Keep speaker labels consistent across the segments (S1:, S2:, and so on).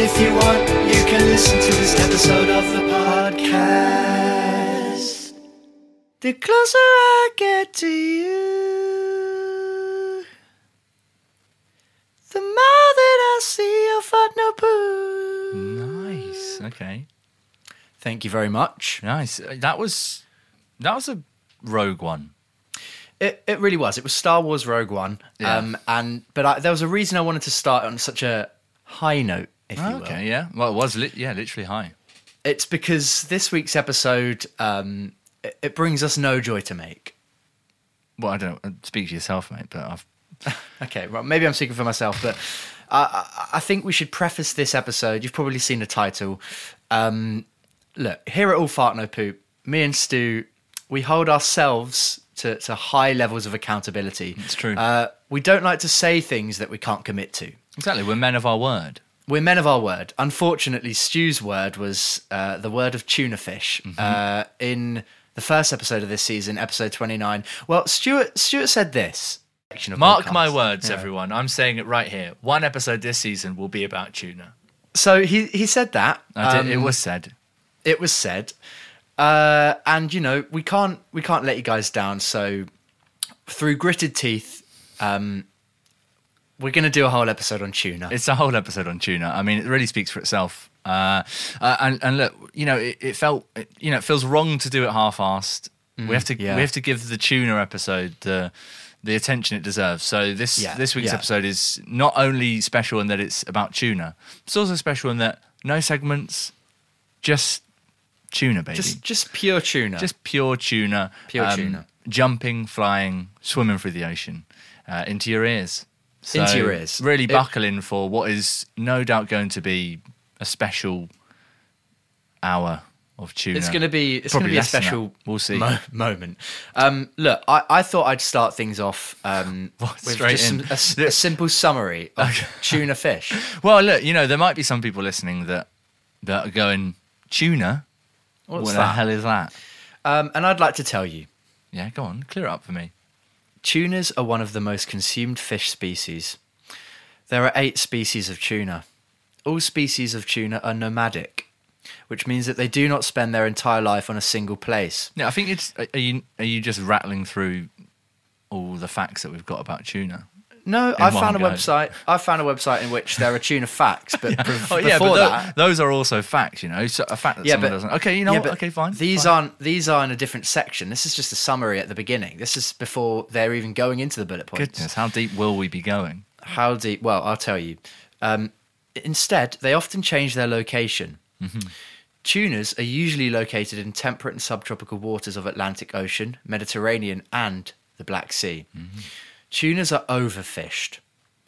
S1: If you want, you can listen to this episode of the podcast. The closer I get to you, the more that I see of no poo.
S2: Nice. Okay.
S1: Thank you very much.
S2: Nice. Uh, That was that was a rogue one.
S1: It, it really was. It was Star Wars Rogue One.
S2: Yeah.
S1: Um, and but I, there was a reason I wanted to start on such a high note, if you will.
S2: Ah, Okay. Yeah. Well, it was lit. Yeah, literally high.
S1: It's because this week's episode um, it, it brings us no joy to make.
S2: Well, I don't know. uh, Speak to yourself, mate. But uh, I've
S1: Okay, well, maybe I'm speaking for myself, but I, I, I think we should preface this episode. You've probably seen the title. Um, look, here at All Fart No Poop, me and Stu, we hold ourselves to, to high levels of accountability.
S2: It's true.
S1: Uh, we don't like to say things that we can't commit to.
S2: exactly. We're men of our word.
S1: We're men of our word. Unfortunately, Stu's word was uh, the word of tuna fish
S2: Mm-hmm.
S1: uh, in the first episode of this season, episode 29. Well, Stuart, Stuart said this.
S2: Mark my
S1: Podcast.
S2: words,
S1: Yeah.
S2: everyone. I'm saying it right here. One episode this season will be about tuna.
S1: So he, he said that.
S2: I did, it
S1: Um,
S2: was said.
S1: it was said uh, and you know we can't we can't let you guys down so through gritted teeth um, we're going to do a whole episode on tuna
S2: It's a whole episode on tuna. I mean, it really speaks for itself. Uh, uh, and, and look, you know, it, it felt, it, you know, it feels wrong to do it half-assed. we have to,
S1: Mm-hmm. yeah.
S2: we have to give the tuna episode the, the attention it deserves. So this,
S1: Yeah,
S2: this week's
S1: yeah.
S2: episode is not only special in that it's about tuna, it's also special in that no segments, just tuna, baby,
S1: just
S2: just,
S1: just pure tuna
S2: pure tuna, um,
S1: Pure tuna.
S2: jumping, flying, swimming through the ocean, uh, into your ears. So
S1: Into your ears.
S2: Really
S1: It-
S2: buckle in for what is no doubt going to be a special hour of tuna.
S1: it's going to be it's going
S2: Probably
S1: to be a
S2: less than
S1: special
S2: that. We'll see.
S1: mo- moment um, look I, I thought i'd start things off um,
S2: What,
S1: with
S2: straight
S1: just some,
S2: in?
S1: a s- a, simple summary of tuna fish
S2: Well, look, you know there might be some people listening that that are going tuna.
S1: what's
S2: what the
S1: that
S2: hell is that?
S1: um, and i'd like to tell you
S2: Yeah, go on, clear it up for me.
S1: Tunas are one of the most consumed fish species. There are eight species of tuna. All species of tuna are nomadic, which means that they do not spend their entire life on a single place.
S2: No, I think it's are are you are you just rattling through all the facts that we've got about tuna?
S1: No, I
S2: one
S1: found a
S2: go.
S1: website. I found a website in which there are tuna facts, but pre-
S2: Oh, tho-
S1: before that,
S2: those are also facts. You know, so a fact that
S1: yeah,
S2: someone
S1: but
S2: doesn't. Okay, you know,
S1: yeah,
S2: what?
S1: but
S2: okay, fine.
S1: These
S2: fine.
S1: aren't these are in a different section. This is just a summary at the beginning. This is before they're even going into the bullet points.
S2: goodness. How deep will we be going?
S1: How deep? Well, I'll tell you. Um, instead, they often change their location. Tunas are usually located in temperate and subtropical waters of Atlantic Ocean, Mediterranean, and the Black Sea. Tunas are overfished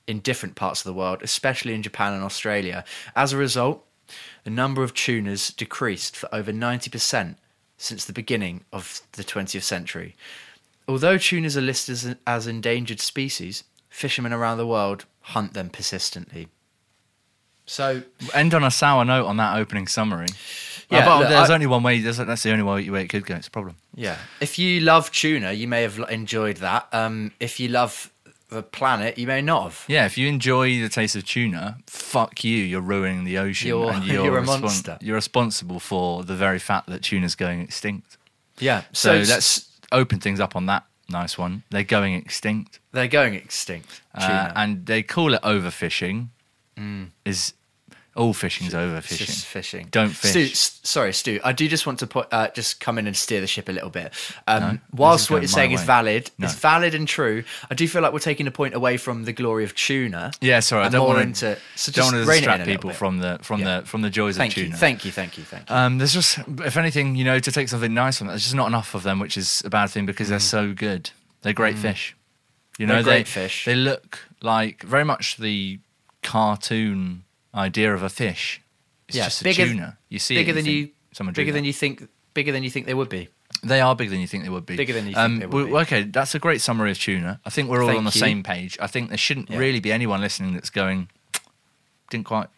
S1: in different parts of the world, especially in Japan and Australia. As a result, the number of tunas decreased for over 90% since the beginning of the 20th century. Although tunas are listed as, as endangered species, fishermen around the world hunt them persistently. So,
S2: End on a sour note on that opening summary.
S1: Yeah,
S2: Yeah, but
S1: look,
S2: there's
S1: I-
S2: only one way. There's, that's the only way, way it could go. It's a problem.
S1: yeah, if you love tuna, you may have l- enjoyed that. Um, if you love the planet, you may not have.
S2: Yeah, if you enjoy the taste of tuna, fuck you. You're ruining the ocean.
S1: You're-
S2: and
S1: you're a monster.
S2: You're responsible for the very fact that tuna's going extinct.
S1: Yeah,
S2: So,
S1: so,
S2: let's open things up on that nice one. They're going extinct.
S1: they're going extinct.
S2: Uh,
S1: Tuna. Mm.
S2: and they call it overfishing. Is all fishing's
S1: It's
S2: overfishing.
S1: Just fishing.
S2: Don't
S1: Stu,
S2: fish.
S1: s- sorry, Stu. I do just want to put, uh, just come in and steer the ship a little bit. Um,
S2: No, this
S1: whilst
S2: is
S1: what
S2: going
S1: you're
S2: my
S1: saying is
S2: way.
S1: valid,
S2: No.
S1: it's valid and true. I do feel like we're taking a point away from the glory of tuna.
S2: Yeah, sorry, I
S1: and
S2: don't
S1: more
S2: want
S1: into-
S2: to
S1: so just
S2: don't want to
S1: rein it in a
S2: distract
S1: little
S2: people
S1: bit.
S2: from the from
S1: Yeah.
S2: the from the joys
S1: Thank
S2: of tuna.
S1: you, thank you, thank you, thank you.
S2: um, there's just, if anything, you know, to take something nice from that, there's just not enough of them, which is a bad thing because they're so good. They're great fish. You know,
S1: Mm. They're great
S2: they
S1: fish.
S2: they look like very much the cartoon idea of a fish. It's
S1: Yeah,
S2: just a
S1: bigger-
S2: tuna. You see, it
S1: bigger
S2: and
S1: than you,
S2: think, Someone drew
S1: bigger
S2: that.
S1: than you think, bigger than you think they would be.
S2: They are bigger than you think they would be. Um,
S1: Bigger than you think they would
S2: we-
S1: be.
S2: Okay, that's a great summary of tuna. I think we're all
S1: Thank
S2: on the
S1: you.
S2: same page. I think there shouldn't
S1: Yeah.
S2: really be anyone listening that's going, didn't quite,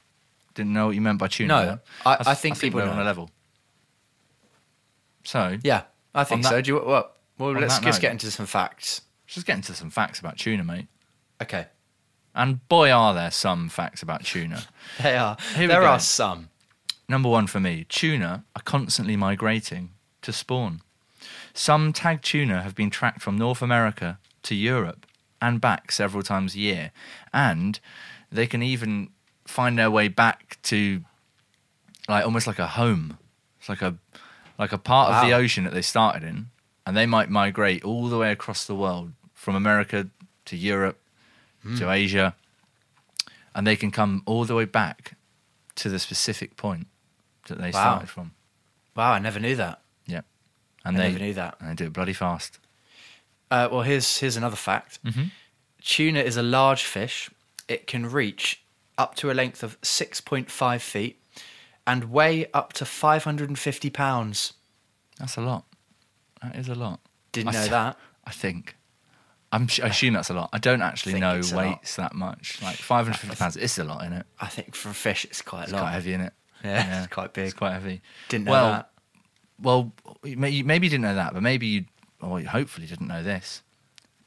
S2: didn't know what you meant by tuna.
S1: No,
S2: there."
S1: I-
S2: th-
S1: I think people
S2: we're on
S1: know.
S2: a level. So yeah.
S1: Yeah, I think
S2: that-
S1: so. Do you? Well, well
S2: on
S1: let's
S2: that
S1: just
S2: note-
S1: get into some facts.
S2: just get into some facts about tuna, mate.
S1: Okay.
S2: And boy, are there some facts about tuna.
S1: They are.
S2: we
S1: there
S2: go.
S1: are some.
S2: Number one for me, tuna are constantly migrating to spawn. Some tag tuna have been tracked from North America to Europe and back several times a year. And they can even find their way back to like almost like a home. It's like a like a part of the
S1: Wow.
S2: ocean that they started in. And they might migrate all the way across the world from America to Europe
S1: Hmm.
S2: to Asia. And they can come all the way back to the specific point that they
S1: Wow.
S2: started from.
S1: Wow, I never knew that.
S2: Yeah.
S1: I
S2: And they
S1: never knew that.
S2: and they do it bloody fast.
S1: Uh, well, here's here's another fact.
S2: Mm-hmm.
S1: Tuna is a large fish. It can reach up to a length of 6.5 feet and weigh up to 550 pounds.
S2: That's a lot. That is a lot.
S1: Didn't
S2: I
S1: know
S2: th-
S1: that.
S2: I think. I'm, sh- I assume that's a lot. I don't actually
S1: Think
S2: know
S1: it's a lot.
S2: weights that much. Like 550 pounds is a lot, isn't it?
S1: I think for a fish, it's quite
S2: It's
S1: a lot.
S2: quite heavy, isn't it?
S1: Yeah, it's quite
S2: It's
S1: big.
S2: quite heavy.
S1: Didn't know
S2: well,
S1: that.
S2: Well, you may- you maybe you didn't know that, but maybe you, or you hopefully didn't know this.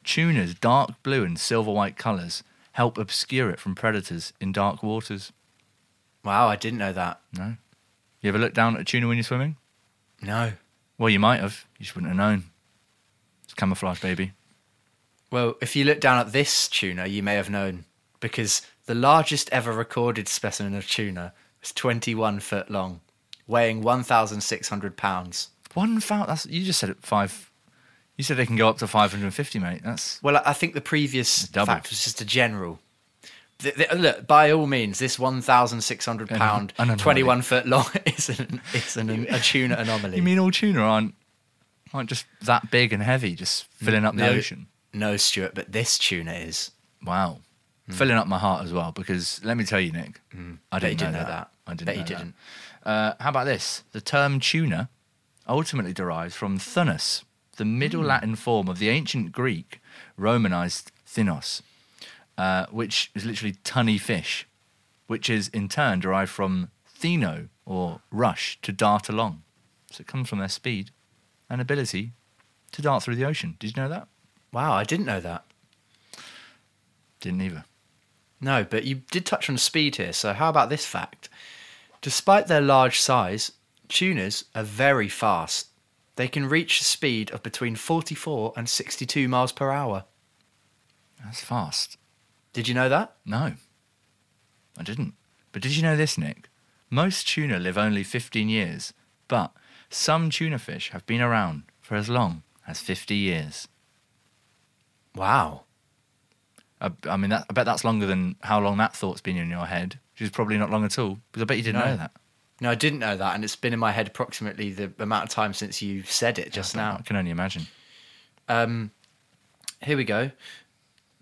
S2: Tuna's dark blue and silver white colours help obscure it from predators in dark waters.
S1: Wow, I didn't know that.
S2: No? You ever look down at a tuna when you're swimming?
S1: No.
S2: Well, you might have. You just wouldn't have known. It's camouflage, baby.
S1: Well, if you look down at this tuna, you may have known because the largest ever recorded specimen of tuna was 21 foot long, weighing 1,600 pounds.
S2: One foul. That's you just said it five. You said they can go up to 550, mate. That's
S1: Well, I- I think the previous
S2: Double.
S1: fact was just a general. The, the, look, by all means, this 1,600
S2: An-
S1: pound,
S2: an anomaly.
S1: 21 foot long is, an, is an, a tuna anomaly.
S2: you mean all tuna aren't aren't just that big and heavy, just filling up the
S1: No.
S2: ocean.
S1: No, Stuart, but this tuna is.
S2: Wow, filling up my heart as well. Because let me tell you, Nick, I
S1: Hmm. Bet you
S2: didn't,
S1: didn't
S2: know, that. I didn't.
S1: Bet
S2: know that.
S1: you didn't.
S2: Uh, how about this? The term tuna ultimately derives from thunus, the Middle
S1: Hmm.
S2: Latin form of the ancient Greek Romanized thinos, uh, which is literally tunny fish, which is in turn derived from theno or rush to dart along. So it comes from their speed and ability to dart through the ocean. Did you know that?
S1: Wow, I didn't know that.
S2: Didn't either.
S1: No, but you did touch on speed here, so how about this fact? Despite their large size, tunas are very fast. They can reach a speed of between 44 and 62 miles per hour.
S2: That's fast.
S1: Did you know that?
S2: No, I didn't. But did you know this, Nick? Most tuna live only 15 years, but some tuna fish have been around for as long as 50 years.
S1: Wow.
S2: I, I mean, that, I bet that's longer than how long that thought's been in your head, which is probably not long at all, because I bet you didn't
S1: No.
S2: know that.
S1: No, I didn't know that, and it's been in my head approximately the amount of time since you said it just
S2: I
S1: now.
S2: can only imagine.
S1: Um, here we go.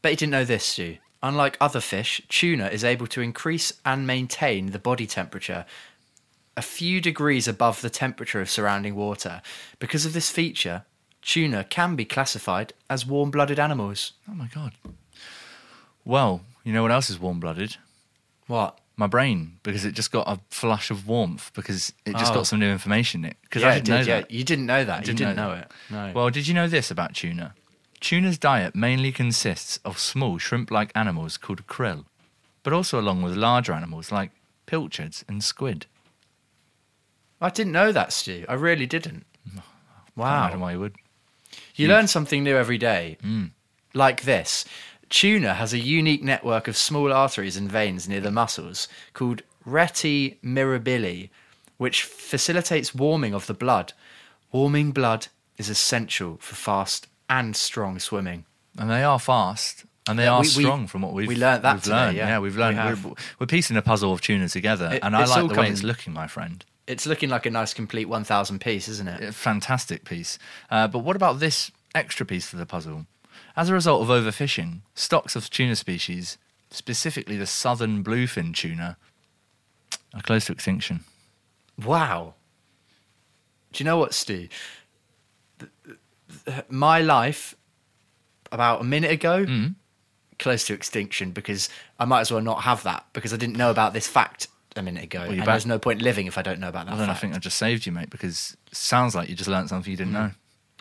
S1: Bet you didn't know this, Stu. Unlike other fish, tuna is able to increase and maintain the body temperature a few degrees above the temperature of surrounding water. Because of this feature, tuna can be classified as warm blooded animals.
S2: Oh my God. Well, you know what else is warm blooded?
S1: What?
S2: My brain, because it just got a flush of warmth, because it just
S1: Oh.
S2: got some new information, Nick. Because I
S1: it
S2: didn't
S1: did,
S2: know
S1: yeah.
S2: that.
S1: You didn't know that.
S2: didn't
S1: you didn't
S2: know
S1: know, it. No.
S2: Well, did you know this about tuna? Tuna's diet mainly consists of small shrimp like animals called krill, but also along with larger animals like pilchards and squid.
S1: I didn't know that, Stu. I really didn't.
S2: I
S1: Wow.
S2: don't know why you would.
S1: You learn something new every day. Like this tuna has a unique network of small arteries and veins near the muscles called reti mirabili, which facilitates warming of the blood. Warming blood is essential for fast and strong swimming.
S2: And they are fast and they are
S1: we- we-
S2: strong from what we've
S1: we learnt that
S2: we've
S1: today,
S2: learned.
S1: yeah.
S2: we've
S1: We
S2: learned. We
S1: have.
S2: are we're piecing a puzzle of tuna together,
S1: It-
S2: and I
S1: it's all
S2: like the way
S1: coming-
S2: it's looking, my friend.
S1: It's looking like a nice, complete 1,000 piece, isn't it?
S2: a fantastic piece. Uh, but what about this extra piece to the puzzle? As a result of overfishing, stocks of tuna species, specifically the southern bluefin tuna, are close to extinction.
S1: Wow. Do you know what, Stu? Th- th- My life, about a minute ago,
S2: Mm-hmm.
S1: close to extinction because I might as well not have that because I didn't know about this fact a minute ago.
S2: you're
S1: and
S2: back-
S1: there's no point living if I don't know about that
S2: I don't know, I
S1: fact.
S2: think I just saved you, mate, because it sounds like you just learnt something you didn't know.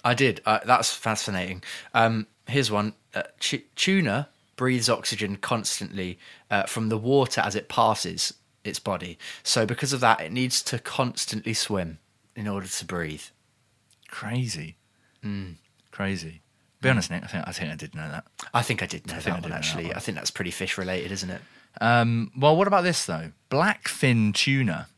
S1: I did. Uh, that's fascinating. Um, here's one. Uh, tu- tuna breathes oxygen constantly uh, from the water as it passes its body. So, because of that, it needs to constantly swim in order to breathe.
S2: Crazy. Crazy. Be honest, Nick. I think I think I did know that.
S1: I think I did know
S2: think I
S1: that
S2: did know
S1: one
S2: that
S1: actually.
S2: one.
S1: I think that's pretty fish related, isn't it?
S2: Um, well, what about this though? Blackfin tuna,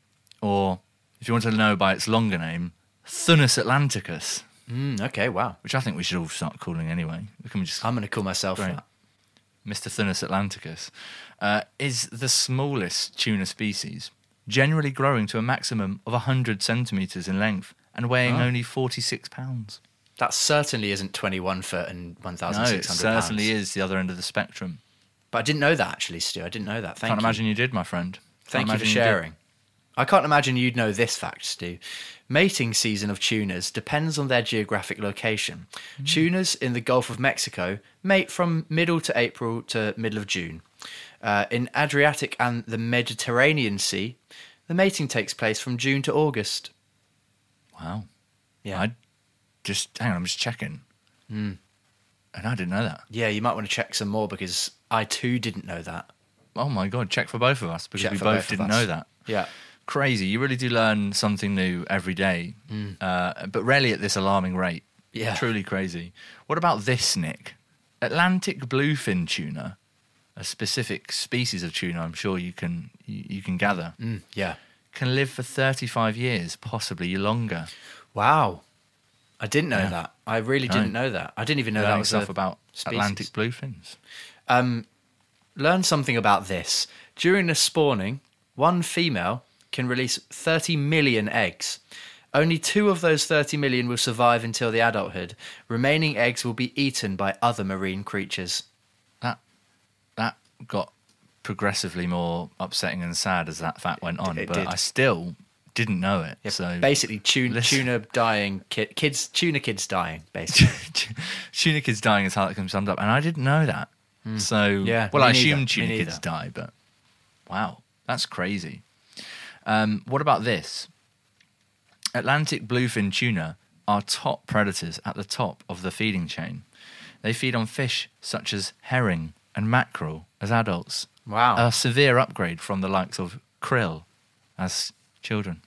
S2: or if you want to know by its longer name, Thunus atlanticus,
S1: Mm, okay, wow.
S2: which I think we should all start calling anyway. We can just
S1: I'm going to call myself
S2: Great.
S1: that.
S2: Mr. Thunus atlanticus, uh, is the smallest tuna species, generally growing to a maximum of 100 centimetres in length and
S1: Ah.
S2: weighing only 46 pounds.
S1: That certainly isn't 21 foot and
S2: No, it
S1: 1,600 pounds.
S2: certainly is the other end of the spectrum.
S1: But I didn't know that actually, Stu. I didn't know that. Thank
S2: Can't
S1: you.
S2: imagine you did, my friend. Can't
S1: Thank you for
S2: imagine did.
S1: sharing. I can't imagine you'd know this fact, Stu. Mating season of tunas depends on their geographic location.
S2: Hmm.
S1: Tunas in the Gulf of Mexico mate from middle to April to middle of June. Uh, in Adriatic and the Mediterranean Sea, the mating takes place from June to August.
S2: Wow.
S1: Yeah.
S2: I just hang on, I'm just checking.
S1: Hmm.
S2: And I didn't know that.
S1: Yeah, you might want to check some more because I too didn't know that.
S2: Oh my god, check for both of us because
S1: Check
S2: we
S1: for
S2: both,
S1: both of
S2: didn't
S1: us.
S2: know that.
S1: Yeah.
S2: Crazy. You really do learn something new every day. Uh, but rarely at this alarming rate.
S1: Hmm. Yeah.
S2: Truly crazy. What about this, Nick? Atlantic bluefin tuna, a specific species of tuna I'm sure you can you, you can gather,
S1: Mm, yeah.
S2: can live for 35 years, possibly longer.
S1: Wow. I didn't know
S2: Yeah.
S1: that. I really
S2: No.
S1: didn't know that. I didn't even know that
S2: Learning
S1: was
S2: stuff
S1: a
S2: about
S1: species.
S2: Atlantic bluefins.
S1: Um, learn something about this. During the spawning, one female can release 30 million eggs. Only two of those 30 million will survive until the adulthood. Remaining eggs will be eaten by other marine creatures.
S2: that that got progressively more upsetting and sad as that fact went on.
S1: It
S2: but
S1: did.
S2: I still didn't know it. so
S1: basically, tuna,
S2: listen.
S1: tuna dying, ki- kids, tuna kids dying, basically.
S2: tuna kids dying is how that can be summed up, and I didn't know that. So
S1: Hmm. Yeah,
S2: well,
S1: me
S2: I
S1: neither,
S2: assumed
S1: me
S2: tuna
S1: neither.
S2: kids die, but wow, that's crazy. Um, what about this? Atlantic bluefin tuna are top predators at the top of the feeding chain. They feed on fish such as herring and mackerel as adults.
S1: Wow.
S2: A severe upgrade from the likes of krill as children.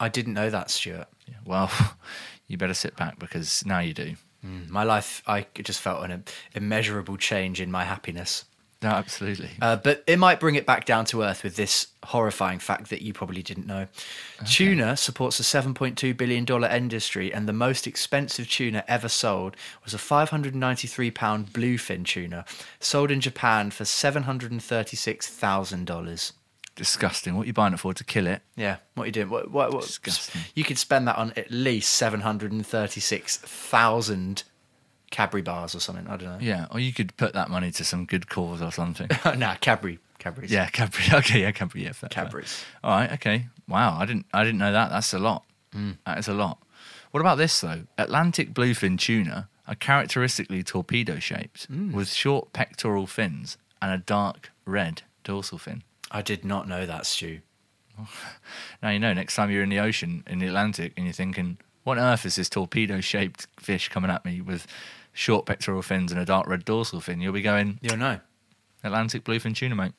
S1: I didn't know that, Stuart.
S2: Yeah, well, you better sit back because now you do.
S1: Mm, My life, I just felt an immeasurable change in my happiness.
S2: No, absolutely.
S1: Uh, but it might bring it back down to earth with this horrifying fact that you probably didn't know. Tuna supports a $7.2 billion industry, and the most expensive tuna ever sold was a 593 pound bluefin tuna sold in Japan for $736,000.
S2: Disgusting. What are you buying it for? To kill it?
S1: Yeah, what are you doing? What, what, what,
S2: Disgusting.
S1: You could spend that on at least 736,000 Cadbury bars or something. I don't know.
S2: Yeah, or you could put that money to some good cause or something.
S1: nah, Cadbury. Cadbury's.
S2: yeah, Cadbury. Okay, yeah, Cadbury. Yeah, fair, fair.
S1: Cadbury's.
S2: All right. Okay. Wow. I didn't. I didn't know that. That's a lot. That is a lot. What about this though? Atlantic bluefin tuna are characteristically torpedo shaped, with short pectoral fins and a dark red dorsal fin.
S1: I did not know that, Stu.
S2: Now you know next time you're in the ocean in the Atlantic and you're thinking, what on earth is this torpedo shaped fish coming at me with short pectoral fins and a dark red dorsal fin? You'll be going,
S1: You'll know.
S2: Atlantic bluefin tuna, mate.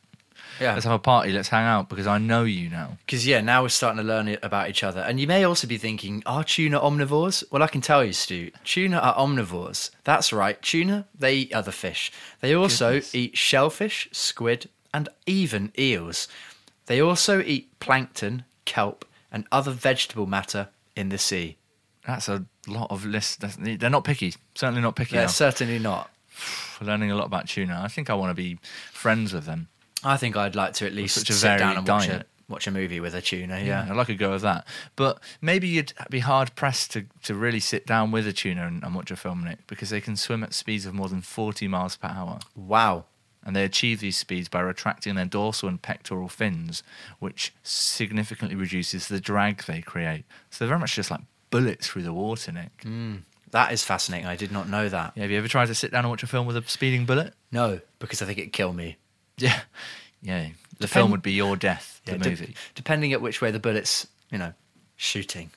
S1: Yeah.
S2: Let's have a party, let's hang out because I know you now.
S1: Because yeah, now we're starting to learn it about each other, and you may also be thinking, are tuna omnivores? Well, I can tell you, Stu, tuna are omnivores. That's right, tuna they eat other fish. They also
S2: Goodness.
S1: eat shellfish, squid, and even eels. They also eat plankton, kelp, and other vegetable matter in the sea.
S2: That's a lot of lists. That's- They're not picky. Certainly not picky.
S1: They're
S2: now.
S1: certainly not.
S2: We're learning a lot about tuna. I think I want to be friends with them.
S1: I think I'd like to at least
S2: such a varied
S1: sit down and watch a,
S2: diet.
S1: watch a movie with a tuna.
S2: Yeah,
S1: Yeah,
S2: I'd like a go of that. But maybe you'd be hard pressed to, to really sit down with a tuna and, and watch a film, Nick, because they can swim at speeds of more than 40 miles per hour.
S1: wow.
S2: and they achieve these speeds by retracting their dorsal and pectoral fins, which significantly reduces the drag they create. So they're very much just like bullets through the water, Nick.
S1: That is fascinating. I did not know that.
S2: Yeah, have you ever tried to sit down and watch a film with a speeding bullet?
S1: No, because I think it'd kill me.
S2: Yeah. Yeah. The film
S1: Depend-
S2: would be your death, the
S1: Yeah, de-
S2: movie.
S1: depending at which way the bullets, you know, shooting.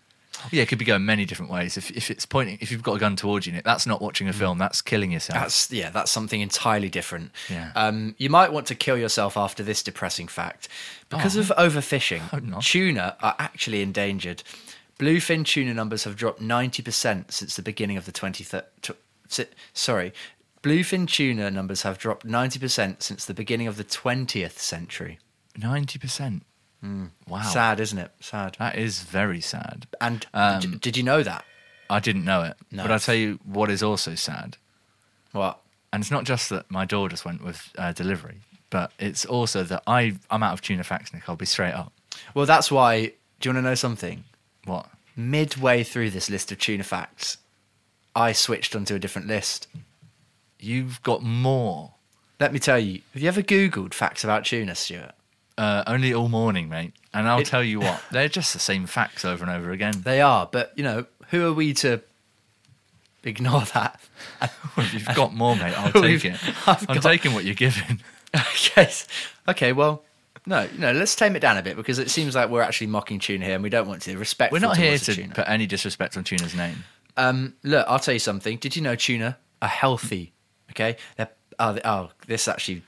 S2: Yeah, it could be going many different ways. If, if it's pointing, if you've got a gun towards you, Nick, that's not watching a film. Mm. That's killing yourself.
S1: That's yeah, that's something entirely different.
S2: Yeah.
S1: Um, you might want to kill yourself after this depressing fact. Because of
S2: hope
S1: overfishing,
S2: Oh. not.
S1: tuna are actually endangered. Bluefin tuna numbers have dropped 90% since the beginning of the 23rd tw- si- sorry. Bluefin tuna numbers have dropped 90% since the beginning of the 20th century.
S2: ninety percent. Wow,
S1: Sad, isn't it? Sad.
S2: that is very sad.
S1: And
S2: Um,
S1: d- did you know that?
S2: I didn't know it,
S1: No.
S2: but I'll tell you what is also sad.
S1: What?
S2: And it's not just that my door just went with uh, delivery, but it's also that I I'm out of tuna facts, Nick. I'll be straight up.
S1: Well, that's why. Do you want to know something?
S2: What?
S1: midway through this list of tuna facts, I switched onto a different list.
S2: You've got more.
S1: Let me tell you, have you ever Googled facts about tuna, Stuart?
S2: Uh, only all morning, mate. And I'll
S1: It-
S2: tell you what, they're just the same facts over and over again.
S1: They are, but you know, who are we to ignore that?
S2: You've got more, mate. I'll take
S1: We've-
S2: it.
S1: I've
S2: I'm
S1: got-
S2: taking what you're giving.
S1: yes. Okay, well, no, no, let's tame it down a bit because it seems like we're actually mocking tuna here and we don't want to. Respect.
S2: We're not here to
S1: tuna.
S2: put any disrespect on Tuna's name.
S1: Um, look, I'll tell you something. Did you know tuna are healthy? Okay, they're oh, they- oh this actually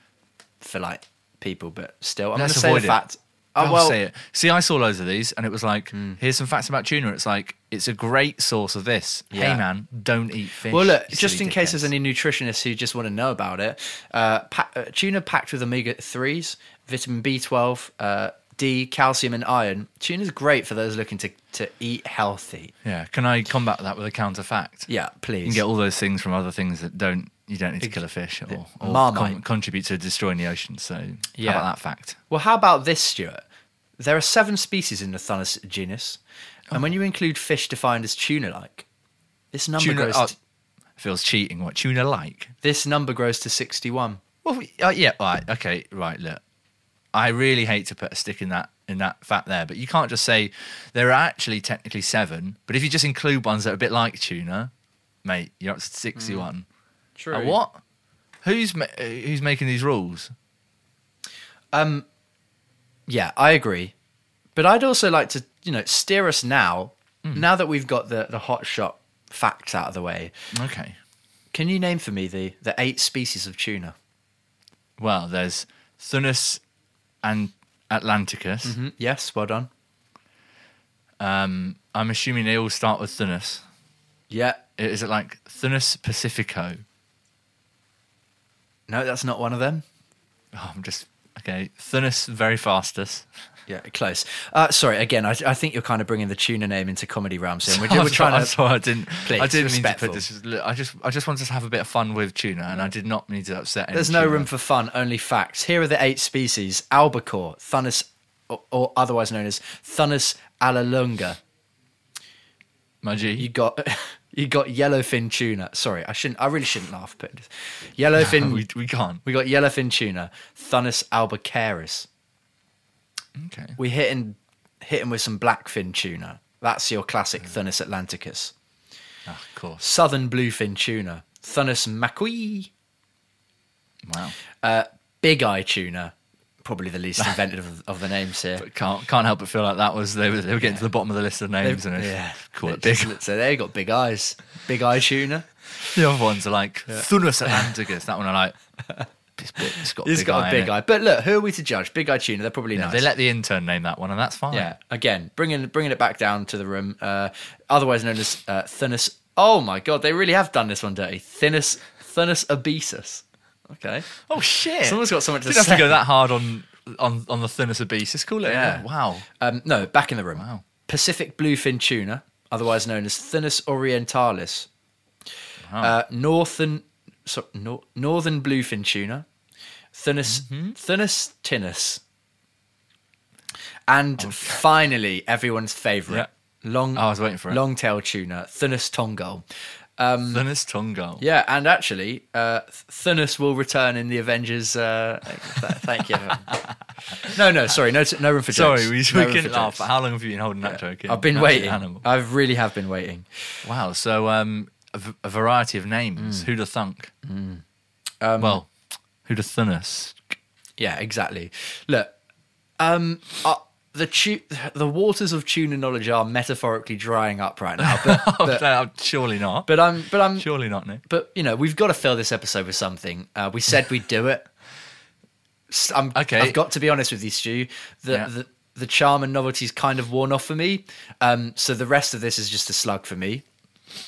S1: for like people, but still, I'm going
S2: Let's
S1: to say the
S2: avoid it.
S1: fact. Oh,
S2: I'll
S1: well, Hmm.
S2: say it. See, I saw loads of these, and it was like, here's some facts about tuna. It's like, it's a great source of this.
S1: Yeah.
S2: Hey, man, don't eat fish.
S1: Well, look,
S2: you
S1: just
S2: silly
S1: in case
S2: dickheads.
S1: there's any nutritionists who just want to know about it, uh, pa- uh, tuna packed with omega 3s, vitamin B12, uh, D, calcium, and iron. Tuna's great for those looking to, to eat healthy.
S2: Yeah, can I combat that with a counter fact?
S1: Yeah, please.
S2: You can get all those things from other things that don't, you don't need to kill a fish or, or
S1: Marmite.
S2: contribute to destroying the ocean. So,
S1: Yeah.
S2: how about that fact?
S1: well, how about this, Stuart? There are seven species in the Thunus genus, and when you include fish defined as tuna like, this number
S2: Tuna
S1: grows.
S2: oh,
S1: to,
S2: feels cheating. What tuna like?
S1: this number grows to sixty-one.
S2: Well, we- uh, yeah, all right, okay, right. Look, I really hate to put a stick in that in that fact there, but you can't just say there are actually technically seven. But if you just include ones that are a bit like tuna, mate, you're up to sixty-one.
S1: True.
S2: Uh, what? Who's ma- uh, who's making these rules?
S1: Um, yeah, I agree, but I'd also like to, you know, steer us now.
S2: Hmm.
S1: Now that we've got the the hot shot facts out of the way,
S2: Okay.
S1: can you name for me the the eight species of tuna?
S2: Well, there's Thunus and Atlanticus.
S1: Mhm, Yes, well done.
S2: Um, I'm assuming they all start with Thunus.
S1: Yeah,
S2: Is it like Thunus Pacifico?
S1: no, that's not one of them.
S2: Oh, I'm just okay. Thunus very fastest.
S1: Yeah, close. Uh, sorry, again, I, I think you're kind of bringing the tuna name into comedy realms here. and We're,
S2: Oh, I'm
S1: we're trying to.
S2: sorry, I'm sorry, I didn't. I
S1: Please,
S2: didn't mean to
S1: respectful.
S2: put this. Look, I just, I just wanted to have a bit of fun with tuna, and I did not mean to upset. any
S1: There's no
S2: tuna.
S1: room for fun, only facts. Here are the eight species albacore, Thunus, or, or otherwise known as Thunus alalunga.
S2: my G.
S1: you got you got yellowfin tuna. Sorry, I shouldn't. I really shouldn't laugh, but yellowfin.
S2: Oh, we,
S1: we,
S2: we can't.
S1: got yellowfin tuna, Thunus albicaris.
S2: Okay.
S1: We hitting hitting with some blackfin tuna. That's your classic Thunus atlanticus.
S2: Ah, of course.
S1: Southern bluefin tuna, Thunus macquee.
S2: Wow.
S1: Uh, big eye tuna, probably the least inventive of, of the names here.
S2: But can't can't help but feel like that was they were, they were getting to the bottom of the list of names
S1: They've-
S2: and it's-
S1: yeah,
S2: call it
S1: they've
S2: big.
S1: just looked- So they got big eyes, big eye tuna.
S2: The other ones are like Thunus Atlanticus. that one I like. It's, bit- it's got,
S1: He's
S2: big
S1: got
S2: eye
S1: a
S2: in
S1: big
S2: it.
S1: eye, but look, who are we to judge? Big eye tuna, they're probably
S2: Yeah,
S1: nice.
S2: They let the intern name that one, and that's fine.
S1: Yeah. Again, bringing bringing it back down to the room, uh, otherwise known as uh, Thunus. Oh my god, they really have done this one dirty. Thinnus Thunus obesus. Okay.
S2: Oh shit!
S1: Someone's got something to
S2: Didn't have
S1: say.
S2: to go that hard on on on the Thunus obesus. Cool.
S1: Yeah.
S2: Yeah. Wow.
S1: Um, no, back in the room.
S2: Wow.
S1: Pacific bluefin tuna, otherwise known as Thinnus orientalis.
S2: Wow.
S1: Uh, northern, so, nor, northern bluefin tuna, Thinnus
S2: Mm-hmm.
S1: Thinnus tinus. And finally, everyone's favourite. Long,
S2: Oh, I was waiting for it.
S1: Long tail tuna, Thunus tongol. Um,
S2: Thunus Tungo.
S1: yeah, and actually, uh, Thunus will return in the Avengers. Uh, th- thank you. no, no, sorry, no, t- no room for jokes.
S2: Sorry, we,
S1: No
S2: we
S1: room
S2: couldn't
S1: for
S2: laugh.
S1: jokes.
S2: But how long have you been Uh, holding that joke? in?
S1: I've been
S2: An absolute
S1: waiting.
S2: Animal.
S1: I've really have been waiting.
S2: Wow. So um, a, v- a variety of names. Who'd have thunk? Mm.
S1: Um,
S2: Well, who'd have thun us?
S1: Yeah, exactly. Look, um, I, the tu- the waters of tuna knowledge are metaphorically drying up right now. But
S2: Oh, no, surely not.
S1: but I'm but I'm
S2: surely not, Nick.
S1: but you know we've got to fill this episode with something. Uh, we said we'd do it. S- I'm,
S2: Okay.
S1: I've got to be honest with you, Stu. The,
S2: Yeah.
S1: the the charm and novelty's kind of worn off for me. Um, so the rest of this is just a slug for me.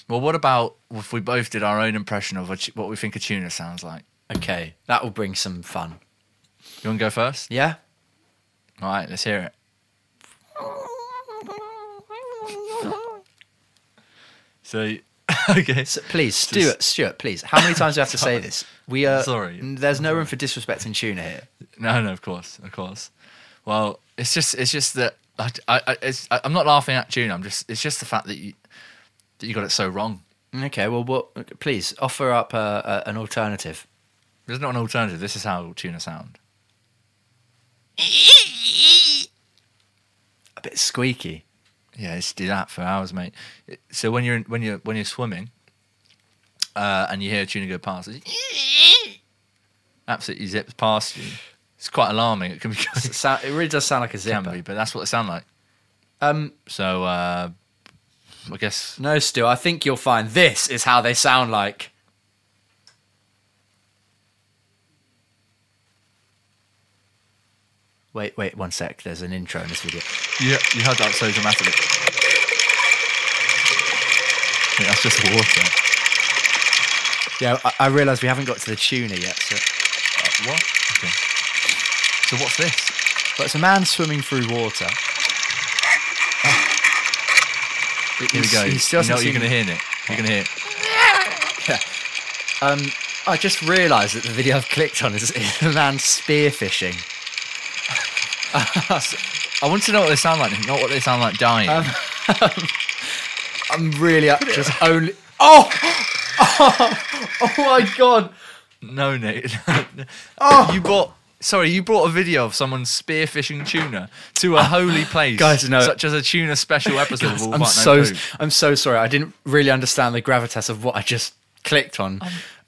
S2: Well, what about if we both did our own impression of what ch- what we think a tuna sounds like?
S1: Okay, that will bring some fun.
S2: You want to go first?
S1: Yeah.
S2: All right, let's hear it. So, okay.
S1: So please, Stuart, Stuart, please. How many times do I have to say this? We are
S2: Sorry.
S1: n- There's no room for disrespect in tuna here.
S2: No, no, of course, of course. Well, it's just, it's just that I, I, I- it's, I I'm not laughing at June. I'm just, it's just the fact that you, that you got it so wrong.
S1: Okay, well, what? Please offer up uh, uh, an alternative.
S2: There's not an alternative. This is how tuna sound.
S1: A bit squeaky.
S2: Yeah, it's do that for hours, mate. It- So when you're in- when you're when you're swimming, uh, and you hear a tuna go past, it's- absolutely zips past you. It's quite alarming. It can be,
S1: It, sound, it really does sound like
S2: can
S1: a zipper.
S2: be, but that's what it sound like.
S1: Um,
S2: So uh, I guess
S1: no, Stu, I think you'll find this is how they sound like. Wait, wait, one sec. There's an intro in this video.
S2: you you heard that so dramatically. Yeah, that's just water.
S1: Yeah, I, I realise we haven't got to the tuner yet. So.
S2: Uh, what? Okay. So what's this?
S1: But it's a man swimming through water.
S2: Here we go.
S1: He still
S2: you know
S1: hasn't
S2: what you're
S1: seen-
S2: gonna hear, Nick. You're gonna hear. it.
S1: Um, I just realised that the video I've clicked on is, is a man spearfishing.
S2: I want to know what they sound like, Nick, not what they sound like dying.
S1: Um, I'm really up just only. Oh! oh! my god!
S2: No, Nate. oh, you brought. Sorry, you brought a video of someone spearfishing tuna to a holy place,
S1: Ah, Guys, no.
S2: such as a tuna special episode of All
S1: I'm
S2: That
S1: so
S2: No Food.
S1: I'm so sorry. I didn't really understand the gravitas of what I just clicked on.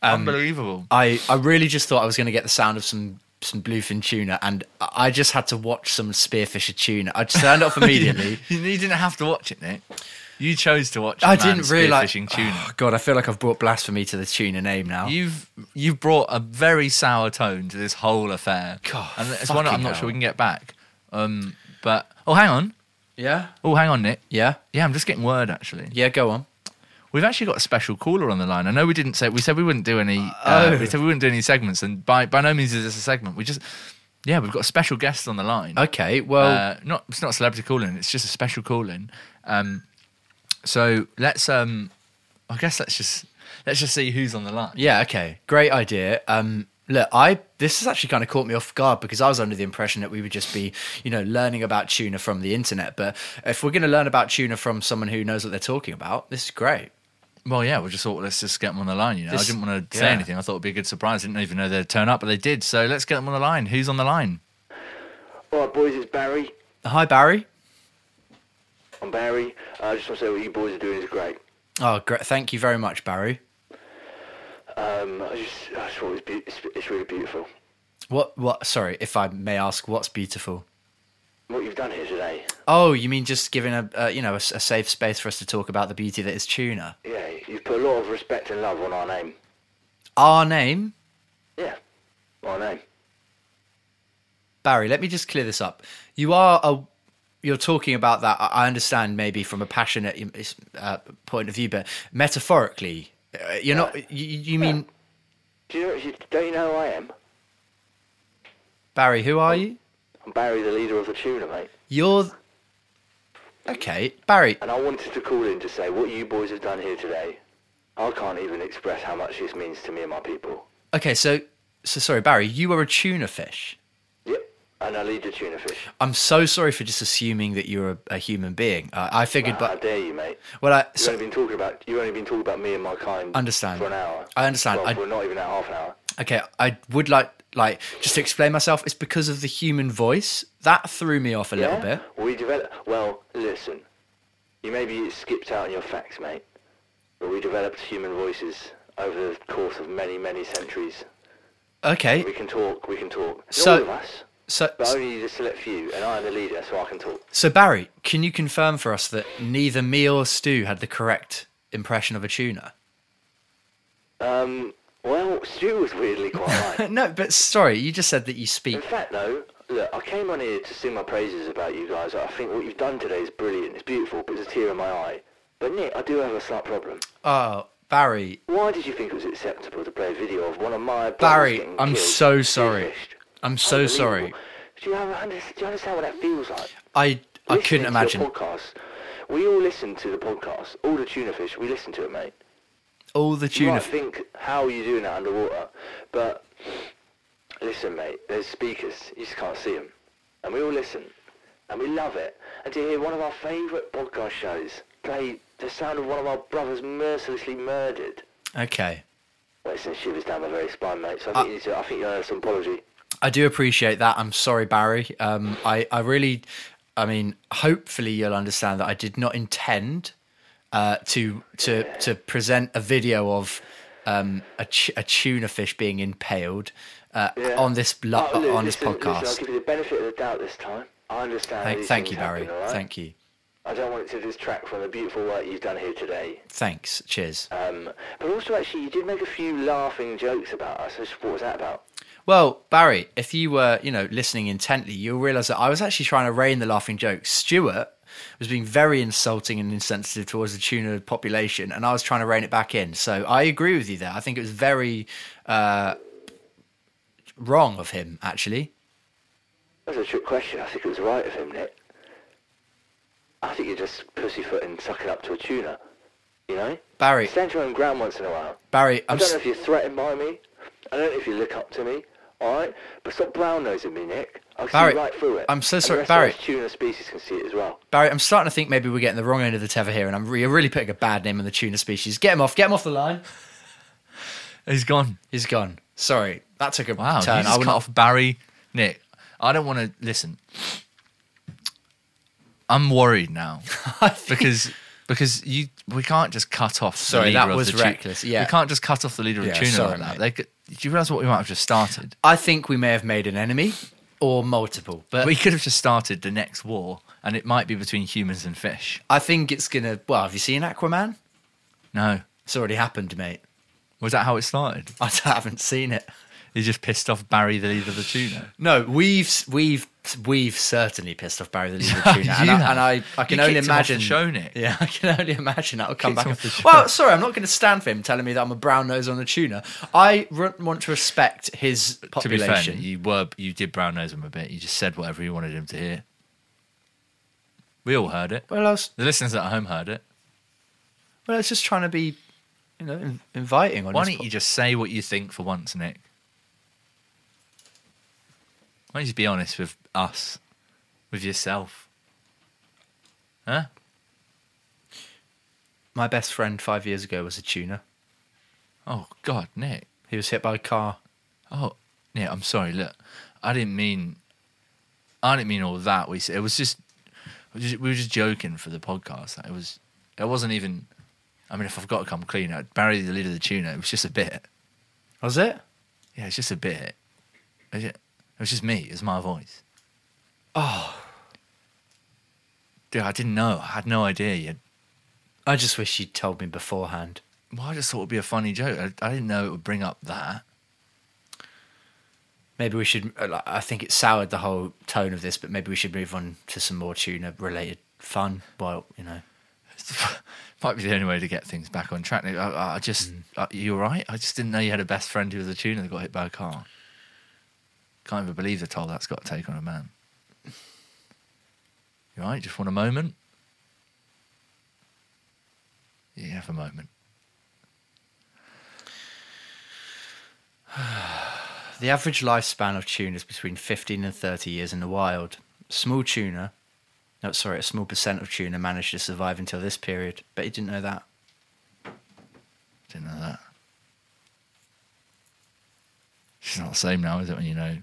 S2: unbelievable.
S1: I I really just thought I was going to get the sound of some some bluefin tuna, and I I just had to watch some spearfisher tuna. I just turned it off immediately.
S2: you, you didn't have to watch it, Nick. You chose to watch. I
S1: I didn't realize.
S2: spearfishing tuna.
S1: Oh, God, I feel like I've brought blasphemy to the tuna name now.
S2: You've you've brought a very sour tone to this whole affair.
S1: God,
S2: and it's one I'm
S1: fucking
S2: not
S1: hell.
S2: sure we can get back. Um, but oh, hang on.
S1: yeah,
S2: Oh, hang on, Nick.
S1: yeah,
S2: Yeah, I'm just getting word actually.
S1: yeah. Go on.
S2: We've actually got a special caller on the line. I know we didn't say we said we wouldn't do any. Uh,
S1: Oh.
S2: We said we wouldn't do any segments, and by by no means is this a segment. We just yeah, we've got a special guest on the line.
S1: Okay. Well,
S2: Uh, not it's not a celebrity call in. It's just a special call in. Um, so let's um, I guess let's just let's just see who's on the line.
S1: yeah. Okay. Great idea. Um, look, I this has actually kind of caught me off guard because I was under the impression that we would just be, you know, learning about tuna from the internet. But if we're going to learn about tuna from someone who knows what they're talking about, this is great.
S2: Well, yeah, we just thought let's just get them on the line. You know, I
S1: This-
S2: didn't want to say
S1: yeah.
S2: anything. I thought it'd be a good surprise. didn't even know they'd turn up, but they did. So let's get them on the line. Who's on the line?
S3: All right, boys, it's Barry.
S1: Hi, Barry.
S3: I'm Barry. Uh, I just want to say what you boys are doing is great.
S1: Oh, great. Thank you very much, Barry.
S3: Um, I just, I just thought it's, be- it's, it's really beautiful.
S1: What? What? Sorry, if I may ask, what's beautiful?
S3: What you've done here today.
S1: Oh, you mean just giving a, uh you know a, s- a safe space for us to talk about the beauty that is tuna?
S3: Yeah, you've put a lot of respect and love on our name.
S1: Our name,
S3: Yeah, our name.
S1: Barry. Let me just clear this up. You are a you're talking about that. I I understand maybe from a passionate um, is- uh, point of view, but metaphorically, uh, you're not. You, you mean
S3: Do you, you, don't you know who I am?
S1: Barry? Who are you?
S3: I'm Barry, the leader of the tuna, mate.
S1: You're okay, Barry.
S3: And I wanted to call in to say what you boys have done here today. I can't even express how much this means to me and my people.
S1: Okay, so so sorry, Barry. You are a tuna fish.
S3: Yep, and I lead the tuna fish.
S1: I'm so sorry for just assuming that you're a, a human being. Uh, I figured,
S3: How
S1: but
S3: dare you, mate?
S1: well, I
S3: You've
S1: so,
S3: only been talking about you've only been talking about me and my kind.
S1: Understand.
S3: For an hour.
S1: I understand.
S3: Well,
S1: I-
S3: for not even at half an hour.
S1: Okay, I would like like just to explain myself. It's because of the human voice that threw me off a little bit.
S3: We develop. Well, listen. You maybe skipped out on your facts, mate. But we developed human voices over the course of many, many centuries.
S1: Okay,
S3: We can talk. We can talk. Not
S1: So-
S3: all of us.
S1: So,
S3: But only need a select few, and I am the leader, so I can talk.
S1: so Barry, can you confirm for us that neither me or Stu had the correct impression of a tuna?
S3: Um, well, Stu was weirdly quite right.
S1: Uh, no, but sorry, you just said that you
S3: In
S1: speak.
S3: fact, though, look, I came on here to sing my praises about you guys. I think what you've done today is brilliant. It's beautiful, but it's a tear in my eye. But Nick, I do have a slight problem.
S1: Oh, Barry,
S3: Why did you think it was acceptable to play a video of one of my brothers
S1: Barry,
S3: getting
S1: I'm
S3: killed,
S1: so sorry.
S3: demolished?
S1: I'm so
S3: Unbelievable.
S1: sorry.
S3: Do you, have, do you understand what that feels like?
S1: I I
S3: Listening
S1: couldn't
S3: to
S1: imagine.
S3: Your podcast, we all listen to the podcast. All the tuna fish, we listen to it, mate.
S1: All the
S3: You
S1: tuna.
S3: might think, how are you doing that underwater? But listen, mate, there's speakers. You just can't see them. And we all listen. And we love it. And to hear one of our favourite podcast shows play the sound of one of our brothers mercilessly murdered.
S1: okay,
S3: Well, it sends shivers down my very spine, mate. So I think
S1: Uh,
S3: you need to, I think you owe us an apology.
S1: I do appreciate that. I'm sorry, Barry. Um, I I really, I mean, hopefully you'll understand that I did not intend uh, to to to present a video of um, a, ch- a tuna fish being impaled uh,
S3: Yeah.
S1: on this lo-
S3: Oh, look,
S1: on this
S3: listen, listen,
S1: podcast.
S3: I'll give you the benefit of the doubt this time. I understand.
S1: thank,
S3: these
S1: thank
S3: things
S1: you, Barry.
S3: happen, all right?
S1: Thank you.
S3: I don't want it to distract from the beautiful work you've done here today.
S1: Thanks. Cheers.
S3: Um, but also, actually, you did make a few laughing jokes about us. Just- What was that about?
S1: Well, Barry, if you were, you know, listening intently, you'll realise that I was actually trying to rein the laughing jokes. Stuart was being very insulting and insensitive towards the tuna population, and I was trying to rein it back in. So I agree with you there. I think it was very uh, wrong of him, actually.
S3: That was a trick question. I think it was right of him, Nick. I think you're just pussyfooting, sucking up to a tuner. You know?
S1: Barry,
S3: Stand your own ground once in a while.
S1: Barry,
S3: I
S1: I'm.
S3: don't know
S1: s-
S3: if you're threatened by me. I don't know if you look up to me. All right, but stop brown nosing me, Nick. I can
S1: Barry,
S3: see right through it.
S1: I'm so
S3: And the
S1: sorry-
S3: rest of
S1: Barry.
S3: us Tuna species can see it as well.
S1: Barry, I'm starting to think maybe we're getting the wrong end of the tether here, and I'm re- you're really putting a bad name on the tuna species. Get him off. Get him off the line.
S2: He's gone.
S1: He's gone. Sorry, that took a
S2: Wow,
S1: turn.
S2: you
S1: I
S2: just
S1: would
S2: cut
S1: not-
S2: off Barry, Nick. I don't want to listen. I'm worried now
S1: I think-
S2: because because you we can't just cut off.
S1: Sorry,
S2: the leader
S1: that
S2: of
S1: was
S2: the tu-
S1: reckless, yeah.
S2: we can't just cut off the leader
S1: Yeah,
S2: of Tuna
S1: sorry,
S2: like
S1: mate.
S2: that. They could, do you realize what we might have just started?
S1: I think we may have made an enemy or multiple, but
S2: We could have just started the next war, and it might be between humans and fish.
S1: I think it's gonna. Well, have you seen Aquaman?
S2: No,
S1: It's already happened, mate.
S2: was that how it started?
S1: I haven't seen it.
S2: He just pissed off Barry, the leader of the Tuna.
S1: No, we've we've we've certainly pissed off Barry the leader of tuna, and,
S2: You
S1: I, and I
S2: have.
S1: I can
S2: You
S1: only
S2: kicked him off the
S1: imagine
S2: show, Nick.
S1: Yeah, I can only imagine that'll come
S2: Kicked
S1: back.
S2: him
S1: and-
S2: off the show.
S1: Well, sorry, I'm not going to stand for him telling me that I'm a brown nose on a tuna. I r- want to respect his
S2: To be
S1: population.
S2: fair, you were you did brown nose him a bit. You just said whatever you wanted him to hear. We all heard it.
S1: well, I was
S2: The listeners at home heard it.
S1: well, I was just trying to be, you know, in- inviting on.
S2: Why
S1: this
S2: don't you just say what you think for once, Nick? Why don't you just be honest with us, with yourself? Huh?
S1: po- My best friend five years ago was a tuna.
S2: Oh God, Nick.
S1: He was hit by a car.
S2: Oh, Nick. I'm sorry. Look, I didn't mean. I didn't mean all that. We said it was just we were just- we were just joking for the podcast. Like, It was. It wasn't even. I mean, if I've got to come clean, I'd bury the lid of the tuna. It was just a bit.
S1: Was it?
S2: Yeah, it's just a bit. It was ju- it was just me. It was my voice.
S1: Oh,
S2: Dude, I didn't know. I had no idea. Yet.
S1: I just wish you'd told me beforehand.
S2: Well, I just thought it'd be a funny joke. I, I didn't know it would bring up that.
S1: Maybe we should. uh, like, I think it soured the whole tone of this, but maybe we should move on to some more tuna-related fun. Well, you know,
S2: Might be the only way to get things back on track. Nick. I, I just, uh you all right? I just didn't know you had a best friend who was a tuner that got hit by a car. Can't even believe the toll that's got to take on a man. You all right? Just want a moment? You have a moment.
S1: the average lifespan of tuna is between fifteen and thirty years in the wild. Small tuna, no, sorry, a small percent of tuna managed to survive until this period. But you didn't know that.
S2: Didn't know that. It's not the same now, is it? When you know,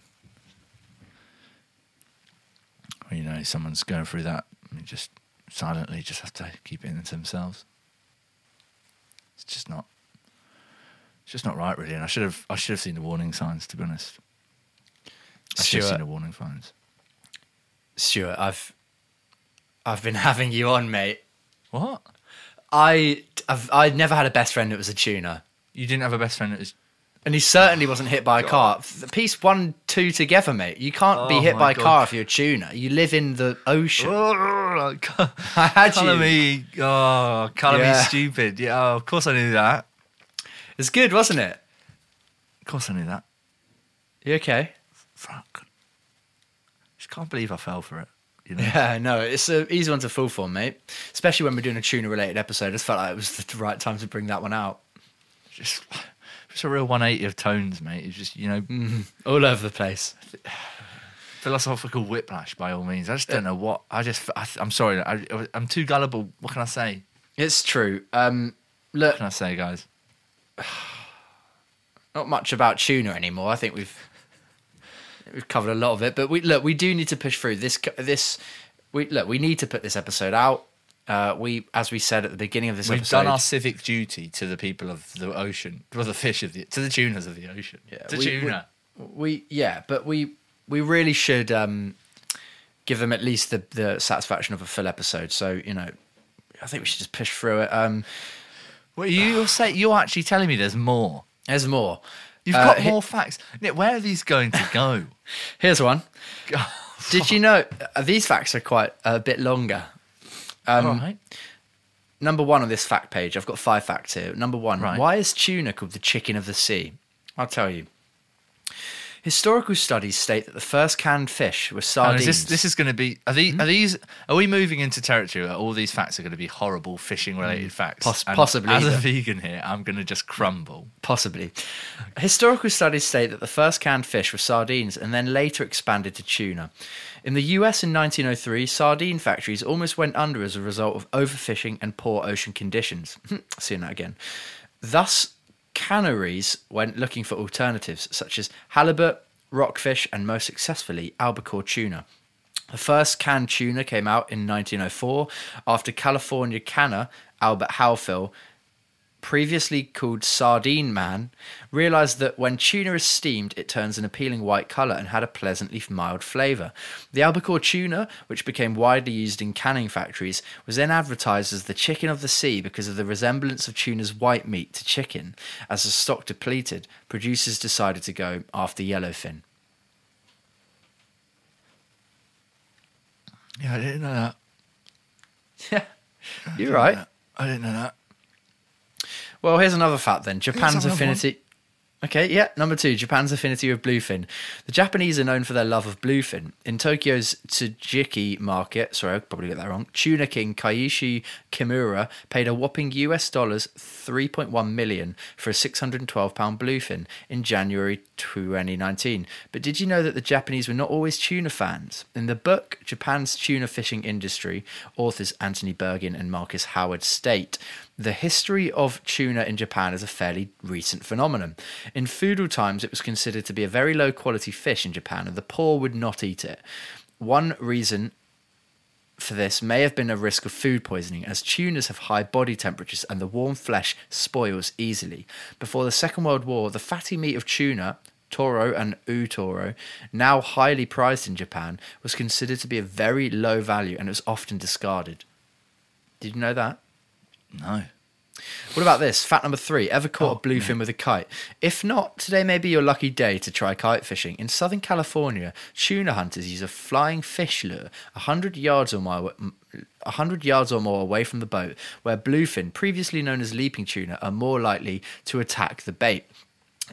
S2: when you know someone's going through that, and you just silently just have to keep it in to themselves. It's just not. It's just not right, really. And I should have. I should have seen the warning signs, to be honest. I should have
S1: Stuart.
S2: seen a warning signs.
S1: Stuart, I've I've been having you on, mate.
S2: What?
S1: I I've, I never had a best friend that was a tuner,
S2: You didn't have a best friend that was.
S1: and he certainly wasn't hit by a car. The piece one, two together, mate. You can't be
S2: Oh
S1: hit
S2: my
S1: by a
S2: God.
S1: car if you're a tuner. You live in the ocean.
S2: I
S1: had you.
S2: Me, oh, color
S1: Yeah.
S2: me stupid. Yeah, oh, of course I knew that.
S1: It's good, wasn't it?
S2: Of course I knew that.
S1: You okay?
S2: Fuck. Just can't believe I fell for it. You know.
S1: Yeah, no, it's an easy one to fall for, mate. Especially when we're doing a tuner-related episode. I just felt like it was the right time to bring that one out.
S2: just it's a real 180 of tones, mate. It's just you know
S1: Hmm. All over the place.
S2: philosophical whiplash by all means. I just don't know what I just I, I'm sorry. I, I'm too gullible. What can I say?
S1: It's true. Um, look,
S2: What can I say, guys?
S1: not much about tuner anymore. I think we've we've covered a lot of it, but we look we do need to push through this this we look we need to put this episode out. Uh, we as we said at the beginning of this
S2: We've
S1: episode,
S2: done our civic duty to the people of the ocean, to the fish of the, to the tuners of the ocean, to
S1: we- we-
S2: tuna.
S1: we yeah, but we we really should um, give them at least the the satisfaction of a full episode. So you know, I think we should just push through it. Um,
S2: Well, you, you're say, you're actually telling me there's more.
S1: there's more.
S2: You've
S1: Uh,
S2: got
S1: he-
S2: more facts. Nick, where are these going to go?
S1: here's one.
S2: God,
S1: Did you know uh, these facts are quite a bit longer? Um,
S2: all right.
S1: number one on this fact page, I've got five facts here. Number one,
S2: Right.
S1: why is tuna called the chicken of the sea? I'll tell you. Historical studies state that the first canned fish were
S2: Oh,
S1: sardines.
S2: is this, this is going to be. Are these, are these? Are we moving into territory where all these facts are going to be horrible fishing-related facts?
S1: Poss-
S2: And
S1: possibly,
S2: As a
S1: but-
S2: vegan here, I'm going to just crumble.
S1: Possibly. Historical studies state that the first canned fish were sardines and then later expanded to tuna. In the US in 1903, sardine factories almost went under as a result of overfishing and poor ocean conditions. Seeing that again. Thus, canneries went looking for alternatives such as halibut, rockfish, and most successfully, albacore tuna. The first canned tuna came out in 1904 after California canner Albert Howfill previously called Sardine Man, realized that when tuna is steamed, it turns an appealing white color and had a pleasantly mild flavor. The albacore tuna, which became widely used in canning factories, was then advertised as the chicken of the sea because of the resemblance of tuna's white meat to chicken. As the stock depleted, producers decided to go after yellowfin.
S2: Yeah, I didn't know that.
S1: You're right.
S2: I didn't know that.
S1: Well, here's another fact then. Japan's
S2: another one.
S1: affinity. Okay, yeah, number two, Japan's affinity with bluefin. The Japanese are known for their love of bluefin. In Tokyo's Tsujiki market, sorry, I probably got that wrong, tuna king Kaiichi Kimura paid a whopping US dollars 3.1 million for a 612 pound bluefin in January 2019. But did you know that the Japanese were not always tuna fans? In the book Japan's Tuna Fishing Industry, authors Anthony Bergin and Marcus Howard state the history of tuna in Japan is a fairly recent phenomenon. In feudal times, it was considered to be a very low quality fish in Japan, and the poor would not eat it. One reason for this may have been a risk of food poisoning, as tunas have high body temperatures and the warm flesh spoils easily. Before the Second World War, the fatty meat of tuna, toro and utoro, now highly prized in Japan, was considered to be of very low value and was often discarded. Did you know that?
S2: No.
S1: What about this? Fact number three. Ever caught a bluefin with a kite? If not, today may be your lucky day to try kite fishing. In Southern California, tuna hunters use a flying fish lure 100 yards or more, 100 yards or more away from the boat, where bluefin, previously known as leaping tuna, are more likely to attack the bait.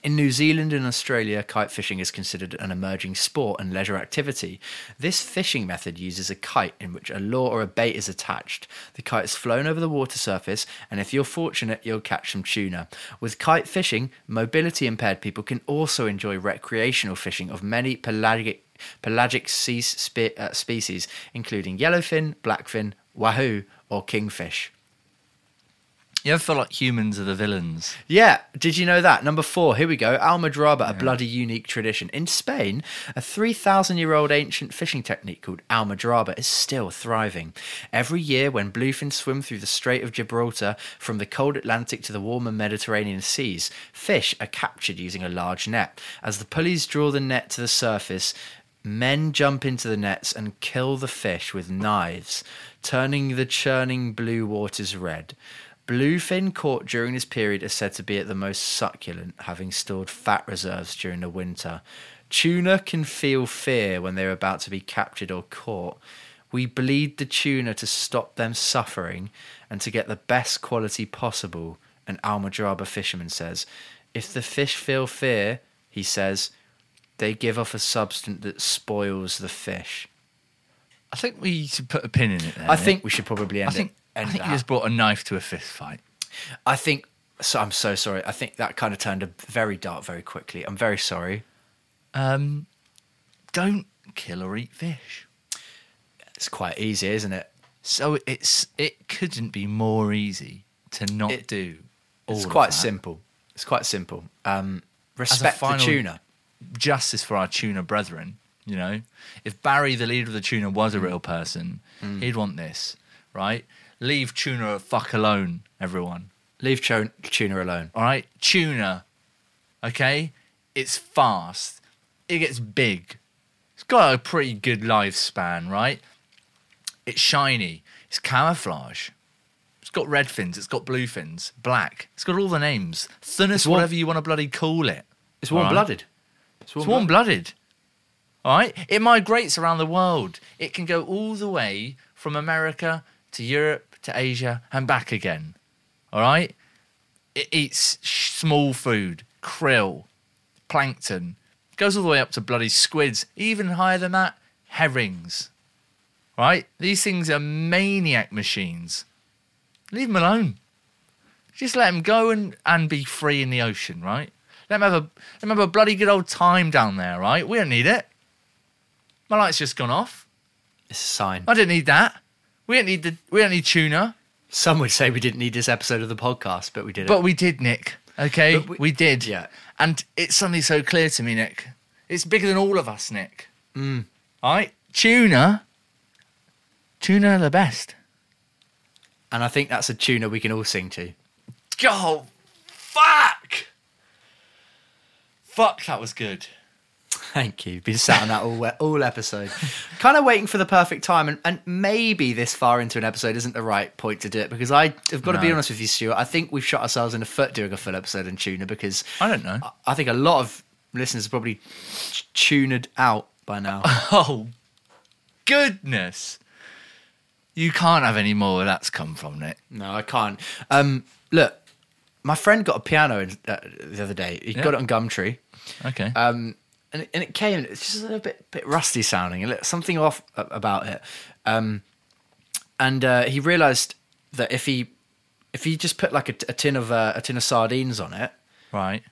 S1: In New Zealand and Australia, kite fishing is considered an emerging sport and leisure activity. This fishing method uses a kite in which a lure or a bait is attached. The kite is flown over the water surface, and if you're fortunate, you'll catch some tuna. With kite fishing, mobility impaired people can also enjoy recreational fishing of many pelagic, pelagic sea spe- uh, species, including yellowfin, blackfin, wahoo, or kingfish.
S2: You ever feel like humans are the villains?
S1: Yeah, did you know that? Number four, here we go. Almadraba, a bloody unique tradition. In Spain, a 3,000 year old ancient fishing technique called Almadraba is still thriving. Every year, when bluefins swim through the Strait of Gibraltar from the cold Atlantic to the warmer Mediterranean seas, fish are captured using a large net. As the pulleys draw the net to the surface, men jump into the nets and kill the fish with knives, turning the churning blue waters red. Bluefin caught during this period is said to be at the most succulent, having stored fat reserves during the winter. Tuna can feel fear when they're about to be captured or caught. We bleed the tuna to stop them suffering and to get the best quality possible, an Almadraba fisherman says. If the fish feel fear, he says, they give off a substance that spoils the fish.
S2: I think we should put a pin in it there.
S1: I
S2: mate.
S1: think we should probably end
S2: I think,
S1: it. End
S2: I think
S1: that.
S2: you just brought a knife to a fist fight.
S1: I think so. I'm so sorry. I think that kind of turned a very dark very quickly. I'm very sorry.
S2: Um, don't kill or eat fish.
S1: It's quite easy, isn't it?
S2: So it's it couldn't be more easy to not
S1: It-
S2: do. All
S1: It's
S2: of
S1: quite
S2: that.
S1: simple. It's quite simple. Um, respect
S2: final-
S1: the tuna.
S2: Justice for our tuna brethren. You know, if Barry, the leader of the tuna, was a real person, he'd want this, right? Leave tuna a fuck alone, everyone.
S1: Leave cho- tuna alone.
S2: All right, tuna. Okay, it's fast. It gets big. It's got a pretty good lifespan, right? It's shiny. It's camouflage. It's got red fins. It's got blue fins. Black. It's got all the names. Thinnest,
S1: warm-
S2: whatever you want to bloody call it.
S1: It's warm blooded.
S2: It's warm blooded. All right? It migrates around the world. It can go all the way from America to Europe to Asia and back again. All right? It eats sh- small food, krill, plankton. Goes all the way up to bloody squids. Even higher than that, herrings. All Right? These things are maniac machines. Leave them alone. Just let them go and, and be free in the ocean, right? Let them, have a, let them have a bloody good old time down there, right? We don't need it. My light's just gone off.
S1: It's a sign.
S2: I didn't need that. We don't need the we don't need tuna,
S1: Some would say we didn't need this episode of the podcast, but we did
S2: but
S1: it.
S2: we did, Nick. Okay,
S1: But
S2: we,
S1: we-
S2: did.
S1: Yeah.
S2: and it's suddenly so clear to me, Nick. It's bigger than all of us, Nick. All right, tuna, tuna, are the best.
S1: And I think that's a tuna we can all sing to.
S2: Go, fuck, fuck. That was good.
S1: Thank you. Been sat on that all all episode, kind of waiting for the perfect time, and, and maybe this far into an episode isn't the right point to do it because I have got to be
S2: No.
S1: honest with you, Stuart. I think we've shot ourselves in the foot doing a full episode on tuna because
S2: I don't know.
S1: I, I think a lot of listeners are probably t- tuned out by now.
S2: Oh, goodness. You can't have any more where that's come from, Nick.
S1: no, I can't. Um, look, my friend got a piano in, uh, the other day. He got it on Gumtree.
S2: Okay.
S1: um, and, it- and it came. It's just a little bit bit rusty sounding, a little, something off a- about it. Um, and uh, he realised that if he if he just put like a, t- a tin of uh, a tin of sardines on it,
S2: right.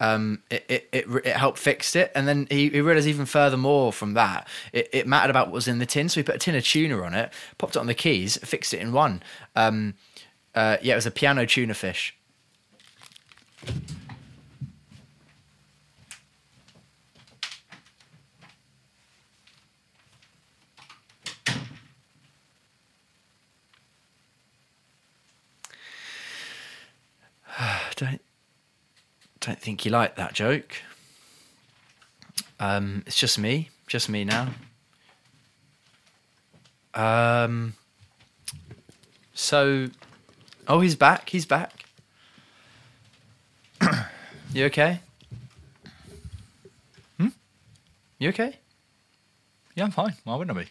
S1: um, it, it, it, re- it helped fixed it. And then he, he realized even furthermore from that, it, it mattered about what was in the tin. So he put a tin of tuna on it, popped it on the keys, fixed it in one. Um, uh, yeah, it was a piano tuna fish. Don't don't think you like that joke. Um, it's just me, just me now. Um, so, oh, he's back. He's back. you okay? Hmm. You okay?
S2: Yeah, I'm fine. Why wouldn't I be?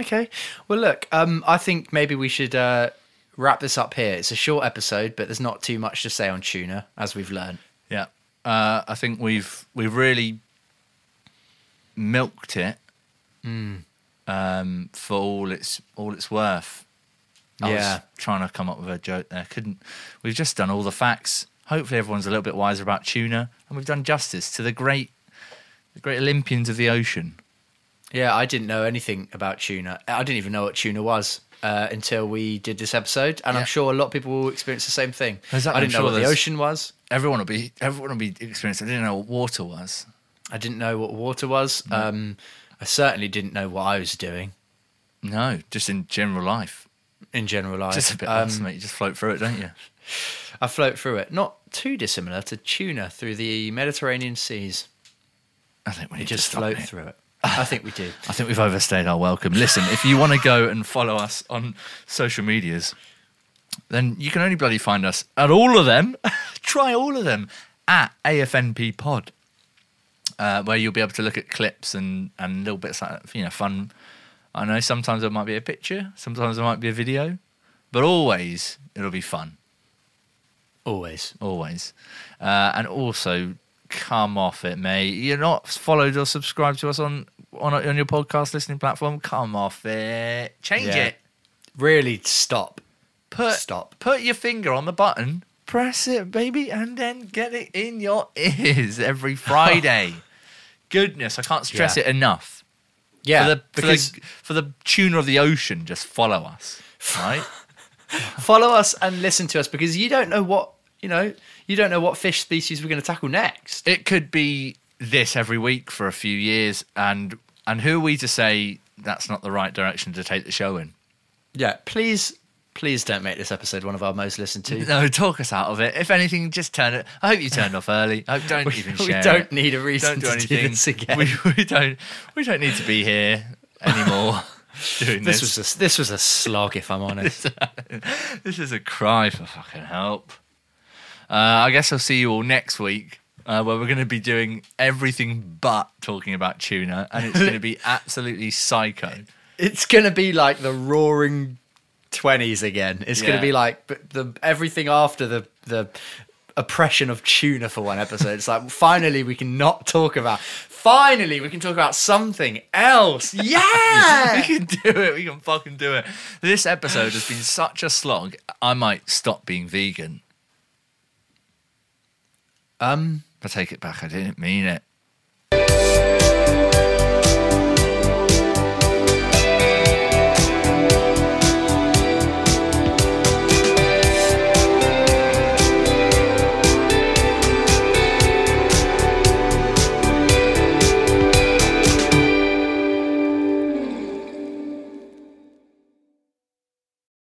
S1: Okay. Well, look, um, I think maybe we should uh, wrap this up here. It's a short episode, but there's not too much to say on tuna, as we've learned.
S2: Yeah. Uh, I think we've we've really milked it Hmm. um, for all its all it's worth. I
S1: Yeah.
S2: was trying to come up with a joke there. Couldn't. We've just done all the facts. Hopefully, everyone's a little bit wiser about tuna, and we've done justice to the great, the great Olympians of the ocean.
S1: Yeah, I didn't know anything about tuna. I didn't even know what tuna was uh, until we did this episode, and
S2: Yeah.
S1: I'm sure a lot of people will experience the same thing.
S2: There's that-
S1: I
S2: I'm
S1: didn't
S2: sure
S1: know what the
S2: there's-
S1: ocean was.
S2: Everyone will be everyone will be experienced. I didn't know what water was.
S1: I didn't know what water was.
S2: Mm.
S1: Um, I certainly didn't know what I was doing
S2: No, just in general life.
S1: in general life.
S2: Just a bit
S1: Um,
S2: um, mate. You just float through it, don't you?
S1: I float through it, not too dissimilar to tuna through the Mediterranean seas.
S2: I think we
S1: You
S2: need
S1: just
S2: to stop
S1: float
S2: it.
S1: through it. I think we do.
S2: I think we've overstayed our welcome. Listen, if you want to go and follow us on social medias, then you can only bloody find us at all of them. Try all of them at AFNP Pod, uh, where you'll be able to look at clips and, and little bits like that, you know, fun. I know sometimes there might be a picture, sometimes there might be a video, but always it'll be fun
S1: Always.
S2: always. Uh, and also, come off it, mate. You're not followed or subscribed to us on on, on your podcast listening platform. Come off it. Change
S1: Yeah.
S2: it.
S1: Really stop.
S2: Put
S1: Stop.
S2: Put your finger on the button. Press it, baby, and then get it in your ears every Friday. Goodness, I can't stress
S1: Yeah.
S2: it enough.
S1: Yeah,
S2: for the,
S1: because
S2: for the for the tuner of the ocean, just follow us, right?
S1: follow us and listen to us because you don't know what you know. You don't know what fish species we're going to tackle next.
S2: it could be this every week for a few years and and who are we to say that's not the right direction to take the show in
S1: Yeah, please, please don't make this episode one of our most listened to.
S2: no talk us out of it if anything just turn it i hope you turned off early i hope don't even
S1: we
S2: share it.
S1: don't need a reason
S2: don't do anything
S1: to do this again.
S2: We, we don't we don't need to be here anymore doing
S1: this
S2: this
S1: was a, this was a slog, if I'm honest.
S2: this is a cry for fucking help. Uh, I guess I'll see you all next week, uh, where we're going to be doing everything but talking about tuna, and it's going to be absolutely psycho.
S1: it's going to be like the roaring twenties again. It's going
S2: Yeah.
S1: to be like b- the everything after the the oppression of tuna for one episode. It's like finally we can not talk about. Finally, we can talk about something else. Yeah.
S2: We can do it. We can fucking do it. This episode has been such a slog. I might stop being vegan.
S1: Um,
S2: I take it back. I didn't mean it.